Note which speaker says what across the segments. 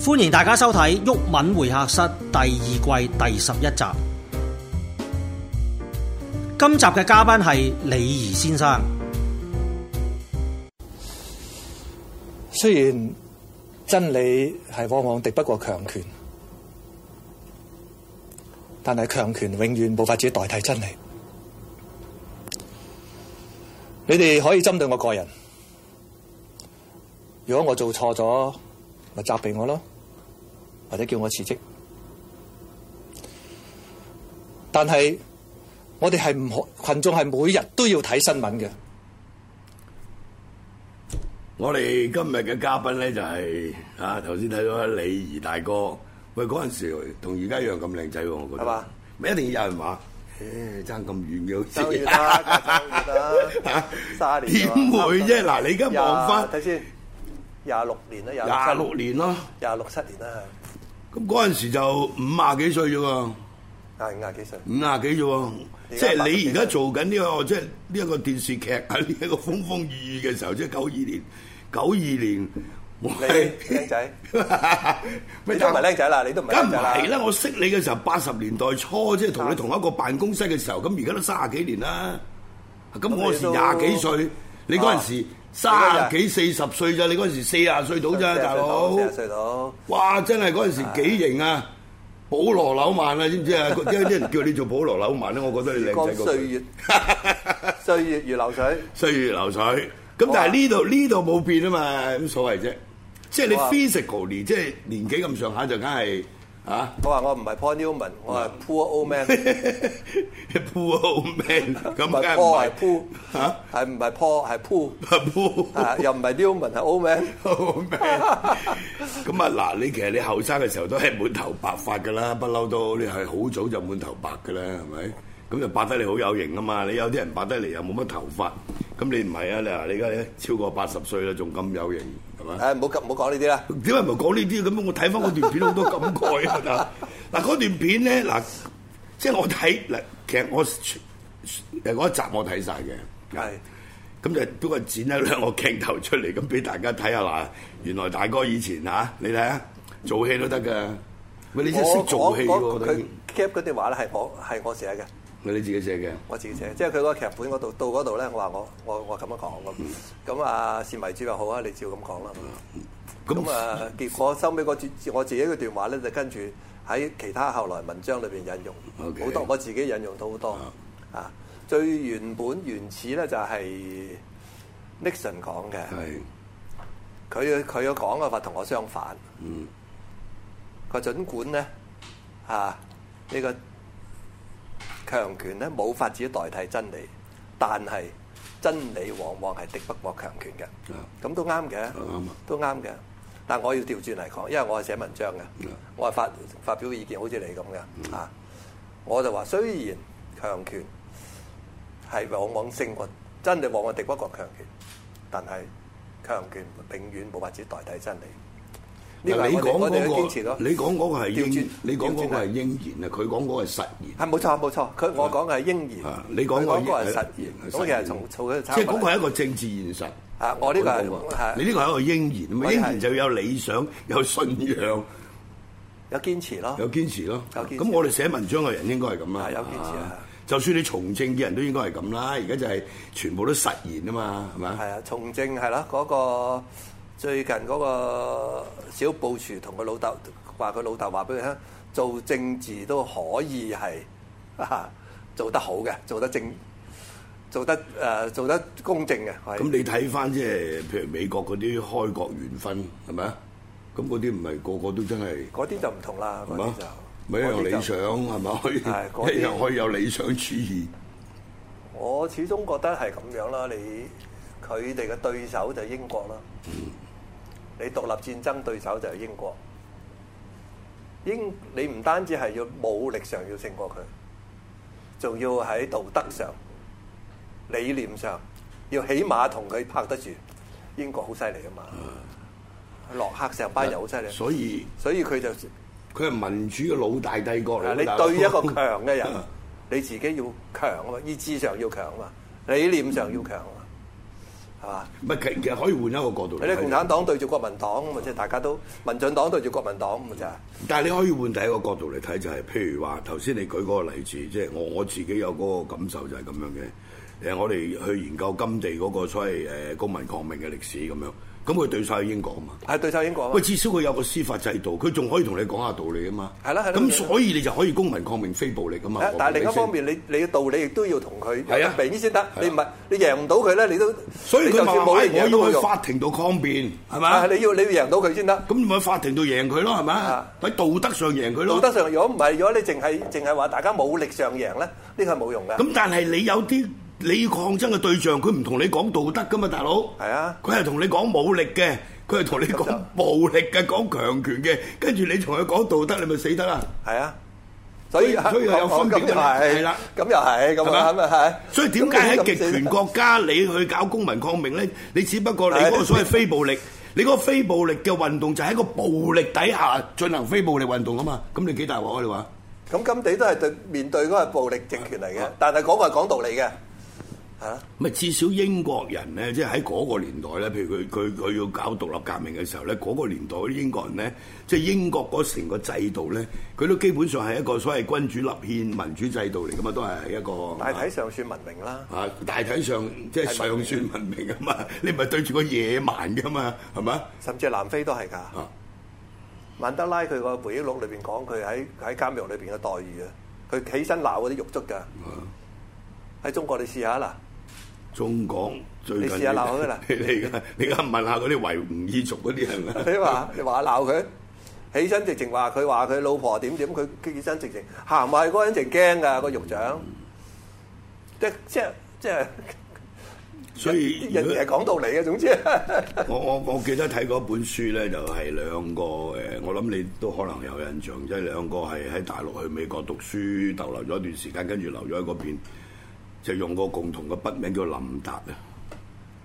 Speaker 1: 歡迎大家收睇《毓民會客室》第二季第十一集。今集嘅嘉賓係李怡先生。
Speaker 2: 雖然真理係往往敵不過強權，但係強權永遠冇法子代替真理。你哋可以針對我個人，如果我做錯咗，咪責備我咯，或者叫我辭職。但係我哋係唔可，群眾係每日都要睇新聞嘅。
Speaker 3: 我哋今日嘅嘉賓咧就係、啊，頭先睇到李怡大哥，喂嗰陣時同而家一樣咁靚仔喎，我覺得
Speaker 2: 係嘛，
Speaker 3: 咪一定要有人話，誒爭咁遠嘅好似，
Speaker 2: 爭遠啦爭遠啦
Speaker 3: 嚇
Speaker 2: 卅年啊
Speaker 3: 點會啫？嗱，你而家
Speaker 2: 廿
Speaker 3: 望翻
Speaker 2: 睇先，廿六年啦，廿
Speaker 3: 廿六年咯，
Speaker 2: 廿六七年啦，
Speaker 3: 咁嗰陣時就五廿幾歲啫喎，
Speaker 2: 係廿幾歲。
Speaker 3: 五廿幾啫喎。
Speaker 2: 而
Speaker 3: 即
Speaker 2: 家
Speaker 3: 係你而家
Speaker 2: 百幾歲
Speaker 3: 做緊呢、個即係呢一個電視劇喺呢一個風風雨雨嘅時候，即係九二年，九二年我係
Speaker 2: 你靚 仔，
Speaker 3: 喂
Speaker 2: 你都唔係靚仔啦，你都唔係
Speaker 3: 梗
Speaker 2: 靚
Speaker 3: 唔
Speaker 2: 仔
Speaker 3: 係啦！
Speaker 2: 啦。啊
Speaker 3: 我識你嘅時候，八十年代初，即係同你同一個辦公室嘅時候，咁而家都三十幾年啦。咁我嗰時廿幾歲，
Speaker 2: 啊
Speaker 3: 你嗰陣時三十幾四十歲咋？你嗰陣時四廿歲到咋，大佬
Speaker 2: 四？十歲到，
Speaker 3: 哇！真係嗰陣時幾型啊！保羅紐曼啊，知唔知啊？ 啲啲人叫你做保羅紐曼咧，我覺得你靚仔
Speaker 2: 光
Speaker 3: 過
Speaker 2: 歲
Speaker 3: 佢。
Speaker 2: 月， 歲月如流水。
Speaker 3: 歲月流水。咁但係呢度呢度冇變啊嘛，咁所謂啫。即係你
Speaker 2: 好啊
Speaker 3: physically，即係年紀咁上下就梗係啊。
Speaker 2: 我話我唔係 Paul Newman，我係 Poor Old Man，唔
Speaker 3: Poor old man，咁梗
Speaker 2: 係
Speaker 3: 係
Speaker 2: Paul
Speaker 3: 唔
Speaker 2: 係
Speaker 3: 係
Speaker 2: Poor，
Speaker 3: 嚇
Speaker 2: 係唔係 Paul 係 Poor，啊
Speaker 3: Poor
Speaker 2: 又唔係 Newman 係 Old Man。
Speaker 3: old man。咁啊嗱，你其實你後生嘅時候都係滿頭白髮㗎啦，不嬲都你係好早就滿頭白㗎啦，係咪？咁就白得你好有型啊嘛！你有啲人白得嚟又冇乜頭髮，咁你唔係啊？你話你而家超過八十歲啦，仲咁有型係咪？
Speaker 2: 誒唔好急唔好講呢啲啦。
Speaker 3: 點解唔係講呢啲咁？我睇翻嗰段片好多感慨 啊！嗱，嗱嗰段片咧，嗱，即係我睇嗱，其實我誒嗰一集我睇晒嘅，
Speaker 2: 係
Speaker 3: 咁就都係剪咗兩個鏡頭出嚟，咁俾大家睇下嗱，原來大哥以前嚇、啊你睇下做戲都得㗎，喂，你真係識做戲
Speaker 2: 我我
Speaker 3: 喎！
Speaker 2: 佢
Speaker 3: 你
Speaker 2: cap 嗰段話咧係我係我寫嘅。
Speaker 3: 你自己寫嘅，
Speaker 2: 我自己寫，即係佢嗰個劇本嗰度到嗰度咧，我話我我我咁樣講咁，咁啊是迷主又好啊，你照咁講啦。咁
Speaker 3: 咁
Speaker 2: 啊，結果收尾嗰段我自己嗰段話咧，就跟住喺其他後來文章裏邊引用
Speaker 3: OK
Speaker 2: 好多，我自己引用到好多啊。最原本原始咧就係 Nixon 講嘅，
Speaker 3: 係
Speaker 2: 佢佢嘅講嘅法同我相反。
Speaker 3: 嗯
Speaker 2: 個儘管咧啊呢、個強權咧冇法子代替真理，但係真理往往係敵不過強權嘅
Speaker 3: 啊，
Speaker 2: 咁都啱嘅
Speaker 3: 啱啊，
Speaker 2: 都啱嘅。但我要調轉嚟講，因為我係寫文章嘅
Speaker 3: 啊，
Speaker 2: 我係發發表意見，好似你咁嘅啊，我就話雖然強權係往往勝過真理，往往敵不過強權，但係強權永遠冇法子代替真理。
Speaker 3: 你
Speaker 2: 呢個係我哋
Speaker 3: 講
Speaker 2: 我哋嘅堅
Speaker 3: 嗰
Speaker 2: 持
Speaker 3: 個
Speaker 2: 咯，。
Speaker 3: 你講嗰個係
Speaker 2: 調轉
Speaker 3: 英，你講嗰
Speaker 2: 調轉
Speaker 3: 個係
Speaker 2: 啊
Speaker 3: 英言啊，佢講嗰個係實啊言。
Speaker 2: 係冇錯冇錯，佢我講嘅係英言
Speaker 3: 啊，你講
Speaker 2: 佢
Speaker 3: 個
Speaker 2: 嗰個係實言，咁其實從從佢
Speaker 3: 即係嗰個
Speaker 2: 係
Speaker 3: 係一個政治現實。
Speaker 2: 啊我呢個係
Speaker 3: 我講過
Speaker 2: 係
Speaker 3: 你呢個係一個應言，咁
Speaker 2: 我
Speaker 3: 啊
Speaker 2: 哋
Speaker 3: 應
Speaker 2: 係
Speaker 3: 言就有理想、有信仰、
Speaker 2: 有堅持咯，
Speaker 3: 有堅持咯。
Speaker 2: 有堅持
Speaker 3: 咁我哋寫文章嘅人應該係咁啦，
Speaker 2: 係有堅持
Speaker 3: 係
Speaker 2: 啊
Speaker 3: 嘛就算你從政嘅人都應該係咁啦，而家就係全部都實言啊嘛，係咪？
Speaker 2: 係啊，從政係啦，嗰個最近嗰個小布殊同佢老豆話佢老豆話俾佢聽，做政治都可以係 啊做得好嘅，做得正，做得誒做得公正嘅，係
Speaker 3: 咁你睇翻即係譬如美國嗰啲開國元勳係咪啊？咁嗰啲唔係個個都真係
Speaker 2: 嗰啲就唔同啦，
Speaker 3: 係
Speaker 2: 嗰
Speaker 3: 嘛
Speaker 2: 啲就？
Speaker 3: 咪一樣理
Speaker 2: 嗰啲就
Speaker 3: 想係咪？可
Speaker 2: 係嗰
Speaker 3: 以
Speaker 2: 啲
Speaker 3: 一樣可以有理想主義。
Speaker 2: 我始終覺得係咁樣啦，你佢哋嘅對手就係英國啦，你獨立戰爭對手就係英國。英你唔單止係要武力上要勝過佢，仲要喺道德上、理念上，要起碼同佢拍得住。英國好犀利啊嘛，洛克成班人好犀利，
Speaker 3: 嗯所以
Speaker 2: 所以佢就
Speaker 3: 佢係民主嘅老大帝國嚟。
Speaker 2: 啊你
Speaker 3: 大佬
Speaker 2: 對一個強嘅人， 你自己要強啊嘛，意志上要強啊嘛，理念上要強啊嘛，係嘛？
Speaker 3: 唔係其其實可以換一個角度嚟
Speaker 2: 你
Speaker 3: 睇
Speaker 2: 哋共
Speaker 3: 嘅，
Speaker 2: 產黨對住國民黨咁啊，即係大家都民進黨對住國民黨咁啊，就係
Speaker 3: 但係你可以換第一個角度嚟睇，就係、譬如話頭先你舉嗰個例子，即係我我自己有嗰個感受就係咁樣嘅。誒，我哋去研究金地嗰個所謂誒公民抗命嘅歷史咁樣，咁佢對晒去英國啊嘛。
Speaker 2: 係對手英國啊嘛
Speaker 3: 喂，。至少佢有個司法制度，佢仲可以同你講下道理啊嘛。
Speaker 2: 係啦係啦
Speaker 3: 咁所以你就可以公民抗命非暴力啊嘛
Speaker 2: 啊。但係另一方
Speaker 3: 係咪先，
Speaker 2: 面，你你嘅道理亦都要同佢
Speaker 3: 係啊
Speaker 2: 有得明先得。
Speaker 3: 啊
Speaker 2: 你唔係你贏唔到佢咧，你都
Speaker 3: 所以
Speaker 2: 你
Speaker 3: 佢
Speaker 2: 就
Speaker 3: 咪
Speaker 2: 算
Speaker 3: 話
Speaker 2: 冇
Speaker 3: 哎
Speaker 2: 人贏到
Speaker 3: 我
Speaker 2: 佢
Speaker 3: 要去
Speaker 2: 用
Speaker 3: 法庭度抗辯，係
Speaker 2: 啊
Speaker 3: 咪？
Speaker 2: 你要你要贏到佢先得。
Speaker 3: 咁咪喺法庭度贏佢咯，係咪
Speaker 2: 啊？
Speaker 3: 喺道德上贏佢
Speaker 2: 道
Speaker 3: 咯。
Speaker 2: 德上，如果唔係，如果你淨係淨係話大家武力上贏咧，呢個係冇用嘅。
Speaker 3: 咁但係你有啲你要抗爭嘅對象，佢唔同你講道德噶嘛，大佬。
Speaker 2: 係啊
Speaker 3: 佢係同你講武力嘅，佢係同你
Speaker 2: 咁
Speaker 3: 講
Speaker 2: 就
Speaker 3: 暴力嘅，講強權嘅，跟住你同佢講道德，你咪死得啦。
Speaker 2: 係啊，所以
Speaker 3: 所以所以又有分別
Speaker 2: 咁又係，
Speaker 3: 係啦
Speaker 2: 咁又係咁啊，
Speaker 3: 係
Speaker 2: 咁
Speaker 3: 咪
Speaker 2: 啊係。
Speaker 3: 所以點解喺
Speaker 2: 咁你
Speaker 3: 極
Speaker 2: 咁死得
Speaker 3: 權國家你去搞公民抗命咧？你只不過你嗰個所謂非暴力，你嗰個非暴力嘅運動就喺一個暴力底下進行非暴力運動啊嘛。咁你幾大鑊啊？你話？
Speaker 2: 咁金地都係對面對嗰個暴力政權嚟嘅，但係嗰個係講道理嘅，係啦。
Speaker 3: 咪至少英國人咧，即係喺嗰個年代咧，譬如佢佢佢要搞獨立革命嘅時候咧，嗰、個年代啲英國人咧，即係英國嗰成個制度咧，佢都基本上係一個所謂君主立憲民主制度嚟噶嘛，都係一個
Speaker 2: 大體上算文明啦。
Speaker 3: 啊，大體上即係尚算文明啊嘛，你唔係對住個野蠻噶嘛，係咪啊？
Speaker 2: 甚至係南非都係㗎。
Speaker 3: 啊
Speaker 2: 曼德拉佢個回憶錄裏邊講佢喺喺監獄裏邊嘅待遇啊，佢起身鬧嗰啲獄卒㗎。喺中國你試下啦，
Speaker 3: 中國最近
Speaker 2: 你試下鬧佢啦
Speaker 3: 你你而家你而家問下嗰啲維吾爾族嗰啲人啦，
Speaker 2: 你話你話鬧佢，起身直情話佢話佢老婆點點，佢佢起身直情行埋嗰個人直情驚㗎個獄長，即即即
Speaker 3: 所以
Speaker 2: 人
Speaker 3: 如果
Speaker 2: 哋係講道理嘅，總之
Speaker 3: 我我我記得睇過一本書咧，就係、兩個誒，我諗你都可能有印象，即係兩個係喺大陸去美國讀書逗留咗一段時間，跟住留咗喺嗰邊，就用個共同嘅筆名叫林達啊，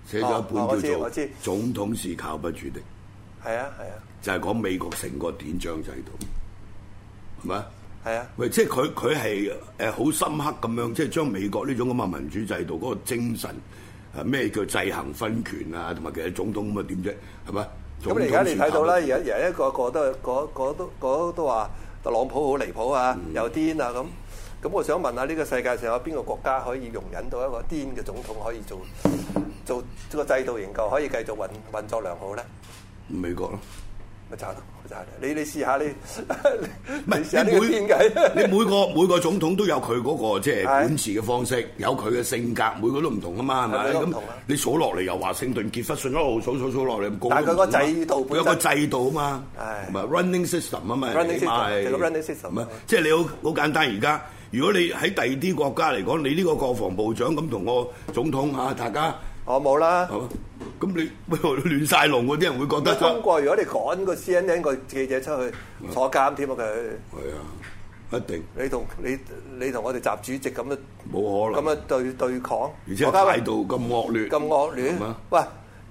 Speaker 3: 寫咗一本
Speaker 2: 哦我知
Speaker 3: 叫做
Speaker 2: 我知
Speaker 3: 《總統是靠不住的》，
Speaker 2: 係啊係啊
Speaker 3: 就係講美國成個典章制度，係咪啊？
Speaker 2: 係啊，
Speaker 3: 喂，即係佢佢係誒好深刻咁樣，即係將美國呢種咁嘅民主制度嗰個精神誒咩叫制衡分權啊，同埋其實總統咁啊點啫，係咪？
Speaker 2: 咁你而家你睇到啦，而家而家一個個都個個都個都話特朗普好離譜啊，又癲啊咁。咁我想問下，呢個世界上有邊個國家可以容忍到一個癲嘅總統可以做做做個制度研究，可以繼續運運作良好咧？
Speaker 3: 美國咯。
Speaker 2: 咪就係咯，咪就係啦你你試下你，
Speaker 3: 唔
Speaker 2: 你
Speaker 3: 係
Speaker 2: 試下呢
Speaker 3: 你
Speaker 2: 個癲
Speaker 3: 每
Speaker 2: 計，
Speaker 3: 你每個每個總統都有佢嗰個即係
Speaker 2: 係啊
Speaker 3: 管治嘅方式，有佢嘅性格，每個都唔同啊嘛，係咪？
Speaker 2: 每個都唔
Speaker 3: 咁
Speaker 2: 同啊
Speaker 3: 你數落嚟又華盛頓傑弗遜一路數數數落嚟，個個
Speaker 2: 但係佢個
Speaker 3: 都唔同啊
Speaker 2: 制度
Speaker 3: 佢有個
Speaker 2: 本身
Speaker 3: 制度啊嘛，
Speaker 2: 唉
Speaker 3: 唔係 running system 啊嘛
Speaker 2: Running
Speaker 3: 起碼
Speaker 2: system，
Speaker 3: 係
Speaker 2: 就個 running system
Speaker 3: 係咪即係你好好簡單而家。如果你喺第二啲國家嚟講，你呢個國防部長咁同個總統啊，大家
Speaker 2: 我冇啦。
Speaker 3: 係嘛？咁你 喂亂晒龍喎，啲人會覺得
Speaker 2: 中國如果你趕個 CNN 個記者出去坐監添啊佢，
Speaker 3: 係啊，一定
Speaker 2: 你同你你同我哋習主席咁樣。
Speaker 3: 冇可能
Speaker 2: 咁。啊對對抗，
Speaker 3: 而且
Speaker 2: 我家
Speaker 3: 態度咁惡劣，
Speaker 2: 咁惡劣
Speaker 3: 係嘛，
Speaker 2: 喂，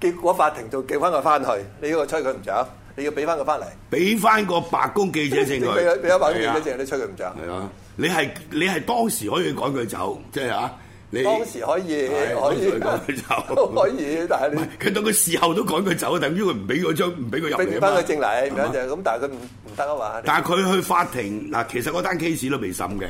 Speaker 2: 結果法庭就叫翻佢翻去，你要吹佢唔着，你要俾翻佢翻嚟，
Speaker 3: 俾翻個白宮記者證
Speaker 2: 俾
Speaker 3: 佢，
Speaker 2: 俾一百公
Speaker 3: 係啊
Speaker 2: 里證，你吹佢唔着。
Speaker 3: 係啊，你係你係當時可以趕佢走，即係啊，你
Speaker 2: 當時可以，
Speaker 3: 係
Speaker 2: 可以，
Speaker 3: 當 時可以趕佢走，
Speaker 2: 可以，但係
Speaker 3: 唔
Speaker 2: 你
Speaker 3: 係佢當佢事後都趕佢走，等於佢唔俾嗰張唔俾佢入嚟啊
Speaker 2: 俾翻
Speaker 3: 嘛
Speaker 2: 佢證嚟，
Speaker 3: 係嘛
Speaker 2: 咁就咁，但係佢唔唔得啊嘛。
Speaker 3: 但係佢去法庭嗱，其實嗰單 case 都未審嘅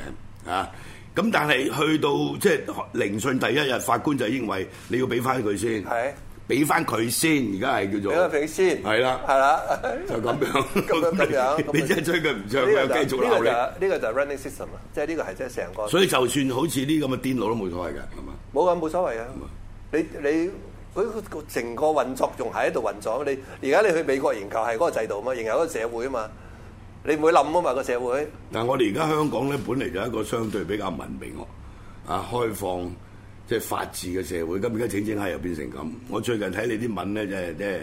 Speaker 3: 啊。咁但係去到即係聆訊第一日，法官就認為你要俾翻佢先，
Speaker 2: 係
Speaker 3: 俾翻佢先，而家係叫
Speaker 2: 俾
Speaker 3: 做
Speaker 2: 佢俾先，
Speaker 3: 係啦
Speaker 2: 係啦，
Speaker 3: 就咁樣
Speaker 2: 咁樣咁樣，咁
Speaker 3: 你
Speaker 2: 樣
Speaker 3: 真係追佢唔上，佢
Speaker 2: 呢
Speaker 3: 又
Speaker 2: 個
Speaker 3: 繼
Speaker 2: 就
Speaker 3: 續
Speaker 2: 呢個
Speaker 3: 鬧
Speaker 2: 就
Speaker 3: 你。
Speaker 2: 係呢個就係 running system à? 啊，即係呢個係即係成個。
Speaker 3: 所以就算好似呢咁嘅癲佬都冇所謂㗎，係嘛？
Speaker 2: 冇啊，冇所謂啊！你你佢個成個運作仲喺度運作，你而家你去美國研究係嗰個制度嘛，研究嗰個社會啊嘛，你唔會冧啊嘛個社會。
Speaker 3: 但係我哋而家香港咧，本嚟就係一個相對比較文明啊開放即係法治嘅社會，咁而家整整下又變成咁。我最近睇你啲文咧，真係即係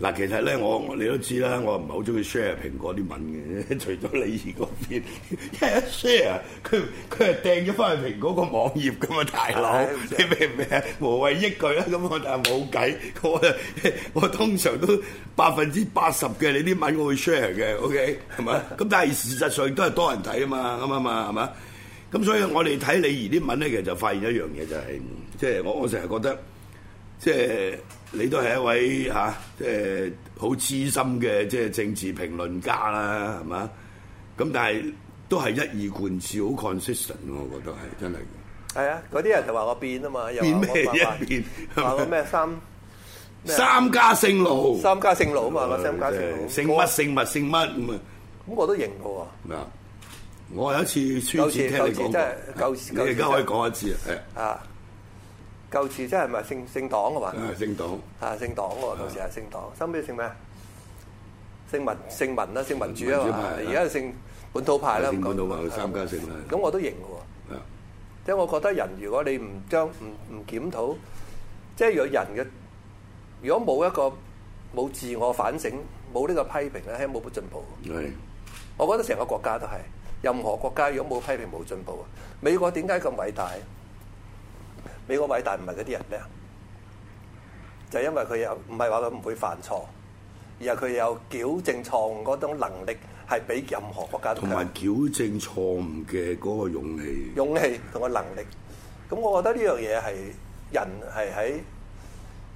Speaker 3: 嗱，其實咧我我你都知啦，我唔係好中意 share 蘋果啲文嘅， 除咗李儀嗰邊， 因為一 share 佢佢係掟咗翻去蘋果個網頁㗎嘛，大佬
Speaker 2: 唉 唔知
Speaker 3: 你明唔明啊？無謂益佢啦，咁我但係冇計， 我 我通常都百分之八十嘅你啲文我會 share 嘅，OK 係咪？咁但係事實上都係多人睇啊嘛，啱唔啱啊？係咪？咁所以我哋睇李儀啲文咧，其實就發現一樣嘢就係、即係我我成日覺得。即即係你都係一位嚇、啊即係好資深嘅即係政治評論家啦，係嘛？咁但係都係一以貫之，好 consistent 喎我覺得係真係。
Speaker 2: 係啊，嗰啲人就話我變啊嘛，又話
Speaker 3: 變
Speaker 2: 我
Speaker 3: 咩
Speaker 2: 慢慢
Speaker 3: 一變
Speaker 2: 話我咩三咩啊
Speaker 3: 三家姓路，
Speaker 2: 三家姓老啊
Speaker 3: Ừ,
Speaker 2: 嘛，我三家姓老，
Speaker 3: 姓乜姓物姓乜咁啊？啊
Speaker 2: 咁我都認嘅喎。
Speaker 3: 嗱，我有一次書展聽你講
Speaker 2: 舊時舊
Speaker 3: 過啊你而
Speaker 2: 時真係舊，時
Speaker 3: 家可以講一次啊，係
Speaker 2: 啊，舊時真係咪姓姓黨嘅嘛？
Speaker 3: 啊，政黨
Speaker 2: 啊，姓黨喎，舊時係姓黨，收尾姓咩啊？姓民姓民啦，姓民主啊
Speaker 3: 民主
Speaker 2: 嘛
Speaker 3: 派，啊
Speaker 2: 而家係姓本土派啦。
Speaker 3: 姓本土派
Speaker 2: 咁講
Speaker 3: 三家姓啦
Speaker 2: 咁我都認嘅喎，
Speaker 3: 啊，
Speaker 2: 即係我覺得人如果你唔將唔唔檢討，即係若人嘅如果冇一個冇自我反省，冇呢個批評咧，係冇進步嘅。
Speaker 3: 係
Speaker 2: 我覺得成個國家都係，任何國家如果冇批評冇進步啊！美國點解咁偉大？美國偉大唔係嗰啲人咧，就因為佢有唔係話佢唔會犯錯，而係佢有矯正錯誤嗰種能力係比任何國家都
Speaker 3: 同
Speaker 2: 強。
Speaker 3: 埋矯正錯誤嘅嗰個勇氣。
Speaker 2: 勇氣同個能力。咁我覺得呢樣嘢係人係喺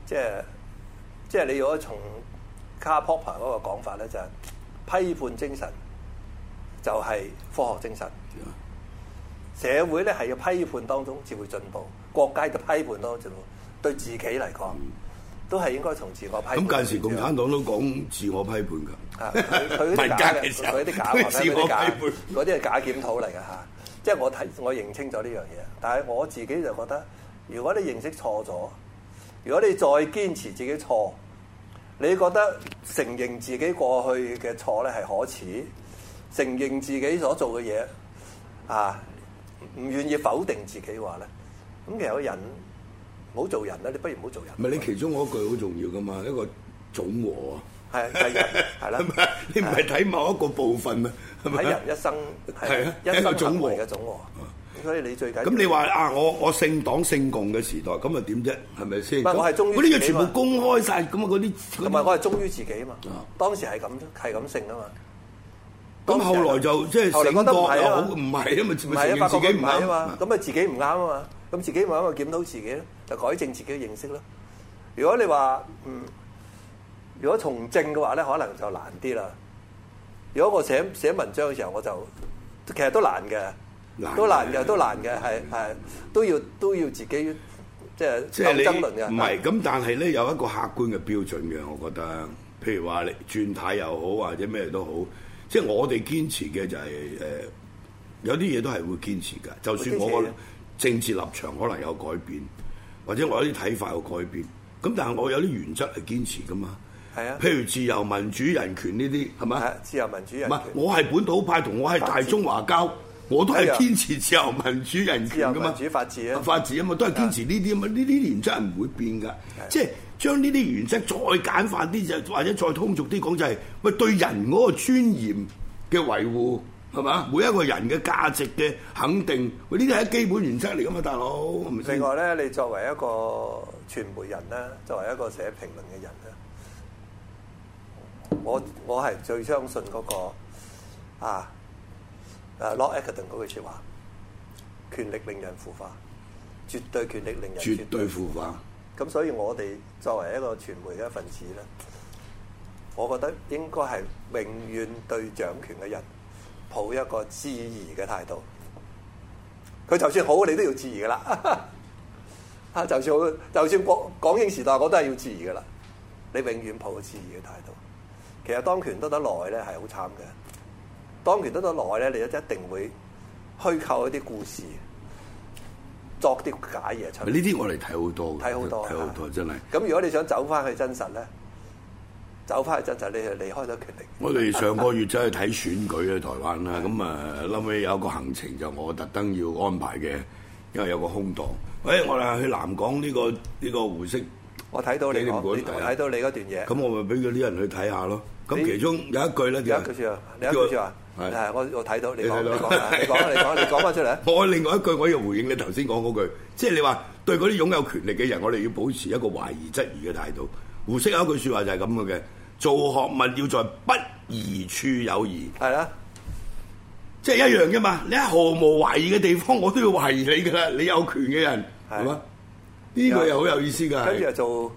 Speaker 2: 即係即係你如果從 Karl Popper 嗰個講法咧，就係、批判精神就係科學精神。社會咧係要批判當中至會進步，國家嘅批判當中進步，對自己嚟講都係應啊該從自我批
Speaker 3: 嗯
Speaker 2: 判。
Speaker 3: 咁嗰陣時共產黨都講自我批判㗎，
Speaker 2: 啊！佢 佢啲假嘅，佢啲假話
Speaker 3: 佢自
Speaker 2: 佢
Speaker 3: 我
Speaker 2: 啲
Speaker 3: 批
Speaker 2: 假
Speaker 3: 判，
Speaker 2: 嗰啲係假檢討嚟嘅嚇。即係我睇我認清咗呢樣嘢，但係我自己就覺得，如果你認識錯咗，如果你再堅持自己錯，你覺得承認自己過去嘅錯咧係可恥，承認自己所做嘅嘢啊，唔願意否定自己話咧，咁其實個人唔好做人啦，你不如唔好做人
Speaker 3: 唔。係你其中嗰一句好重要㗎嘛，一個總和啊。
Speaker 2: 係係人 係啦
Speaker 3: 係。 咪你唔係睇某一個部分啊，係咪
Speaker 2: 喺人一生
Speaker 3: 係
Speaker 2: 係
Speaker 3: 啊
Speaker 2: 一
Speaker 3: 一個
Speaker 2: 生
Speaker 3: 總
Speaker 2: 行
Speaker 3: 和啊
Speaker 2: 為嘅總和，所以你最緊要
Speaker 3: 咁你話啊，我我姓黨姓共嘅時代，咁又點啫？係咪先？
Speaker 2: 唔係我係忠於
Speaker 3: 咁呢個
Speaker 2: 自己
Speaker 3: 全
Speaker 2: 嘛
Speaker 3: 部公開晒，咁啊嗰啲
Speaker 2: 同埋我係忠於自己啊嘛
Speaker 3: 啊，
Speaker 2: 當時係咁係咁性啊嘛。
Speaker 3: 咁後來就即係
Speaker 2: 後來
Speaker 3: 醒
Speaker 2: 覺得唔
Speaker 3: 覺
Speaker 2: 係
Speaker 3: 又
Speaker 2: 啊
Speaker 3: 好，
Speaker 2: 嘛
Speaker 3: 唔係啊嘛，
Speaker 2: 唔
Speaker 3: 咪
Speaker 2: 係
Speaker 3: 承認
Speaker 2: 啊，發覺
Speaker 3: 自己唔
Speaker 2: 佢唔係啊
Speaker 3: 啱
Speaker 2: 嘛，。咁啊自己唔啱啊嘛，咁自己唔啱咪檢討自己咯，就改正自己嘅認識咯。如果你話嗯，如果從政嘅話咧，可能就難啲啦。如果我寫寫文章嘅時候，我就其實都難
Speaker 3: 難
Speaker 2: 嘅，
Speaker 3: 嘅
Speaker 2: 都難嘅，都難嘅，係係都要都要自己即係
Speaker 3: 即係
Speaker 2: 鬥
Speaker 3: 你
Speaker 2: 爭論嘅。
Speaker 3: 唔係咁，但係咧有一個客觀嘅標準嘅，我覺得，譬如話你轉態又好，或者咩都好，即係我哋堅持嘅就係、誒、有啲嘢都係會堅持㗎，就算我
Speaker 2: 會堅
Speaker 3: 個
Speaker 2: 持嘅
Speaker 3: 政治立場可能有改變，或者我有啲睇法有改變，咁但係我有啲原則係堅持㗎嘛。
Speaker 2: 係啊
Speaker 3: 譬如自由、民主、人權呢啲係咪？
Speaker 2: 係啊自由民主
Speaker 3: 唔
Speaker 2: 人
Speaker 3: 係
Speaker 2: 權，。
Speaker 3: 我係本土派同我係大中華交，我都係堅持自由民主人權噶嘛，
Speaker 2: 啊自由民主法治啊
Speaker 3: 法治啊嘛，都係堅持呢啲啊嘛，呢啲原則係唔會變噶，即係將呢啲原則再簡化啲就或者再通俗啲講就係、喂對人嗰個尊嚴嘅維護。係嘛？每一個人嘅價值嘅肯定，喂呢啲係基本原則嚟噶嘛，大佬係咪先
Speaker 2: 另？外咧，你作為一個傳媒人咧，作為一個寫評論嘅人咧，我我係最相信嗰、個啊誒 Lord e c k e t o n 嗰句説話：權力令人腐化，絕對權力令人
Speaker 3: 絕對腐化。
Speaker 2: 咁所以我哋作為一個傳媒嘅一份子咧，我覺得應該係永遠對掌權嘅人抱一個質疑嘅態度。佢就算好，你都要質疑噶啦。 啊，就算好，就算港港英時代，我都係要質疑噶啦。你永遠抱質疑嘅態度。其實當權得得耐咧，係好慘嘅。當權得得耐咧，你一定會虛構一啲故事，作啲假嘢出嚟
Speaker 3: 呢。啲我哋睇好多㗎，
Speaker 2: 睇好多啊
Speaker 3: 睇好多真係。
Speaker 2: 咁如果你想走翻去真實咧，走翻去真實，你就離開咗權力。
Speaker 3: 我哋上個月走去睇選舉喺台灣啦，咁啊，後尾有一個行程就我特登要安排嘅，因為有個空檔。喂，我哋去南港呢、個呢、個胡適，
Speaker 2: 我睇到你
Speaker 3: 你哋唔
Speaker 2: 講，
Speaker 3: 管
Speaker 2: 你
Speaker 3: 係
Speaker 2: 我
Speaker 3: 啊
Speaker 2: 睇到你嗰段嘢。
Speaker 3: 咁我咪俾嗰啲人去睇下咯。咁
Speaker 2: 你
Speaker 3: 其中有一句咧，
Speaker 2: 有一句説話，你有一
Speaker 3: 叫我
Speaker 2: 句説話，
Speaker 3: 係
Speaker 2: 係我我睇到你
Speaker 3: 你
Speaker 2: 講，
Speaker 3: 睇
Speaker 2: 你
Speaker 3: 到
Speaker 2: 講 啊，你講啊，你講啊，你講翻出嚟啊。
Speaker 3: 我另外一句我要回應你頭先講嗰句，即係你話對嗰啲擁有權力嘅人，我哋要保持一個懷疑質疑嘅態度。胡適有一句説話就係咁嘅，做學問要在不疑處有疑。
Speaker 2: 係啦，
Speaker 3: 即係一樣嘅嘛。你喺毫無懷疑嘅地方，我都要懷疑你噶啦。你有權嘅人
Speaker 2: 係
Speaker 3: 係嘛？呢呢個又好有意思㗎。
Speaker 2: 跟住就做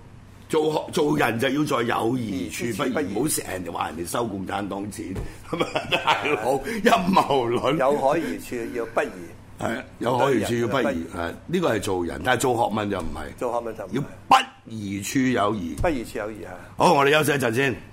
Speaker 3: 做學做人就要在友誼處不
Speaker 2: 不
Speaker 3: 宜，
Speaker 2: 宜
Speaker 3: 唔好成日話人哋收共產黨錢，係 咪大佬陰謀論
Speaker 2: 有海而處要不宜，
Speaker 3: 係啊有可以處要不宜
Speaker 2: 不宜
Speaker 3: 係呢個係做人，但係做學問就唔係，
Speaker 2: 做學問就唔係
Speaker 3: 要不宜處友誼。
Speaker 2: 不宜處有宜啊。
Speaker 3: 好，我哋休息一陣先。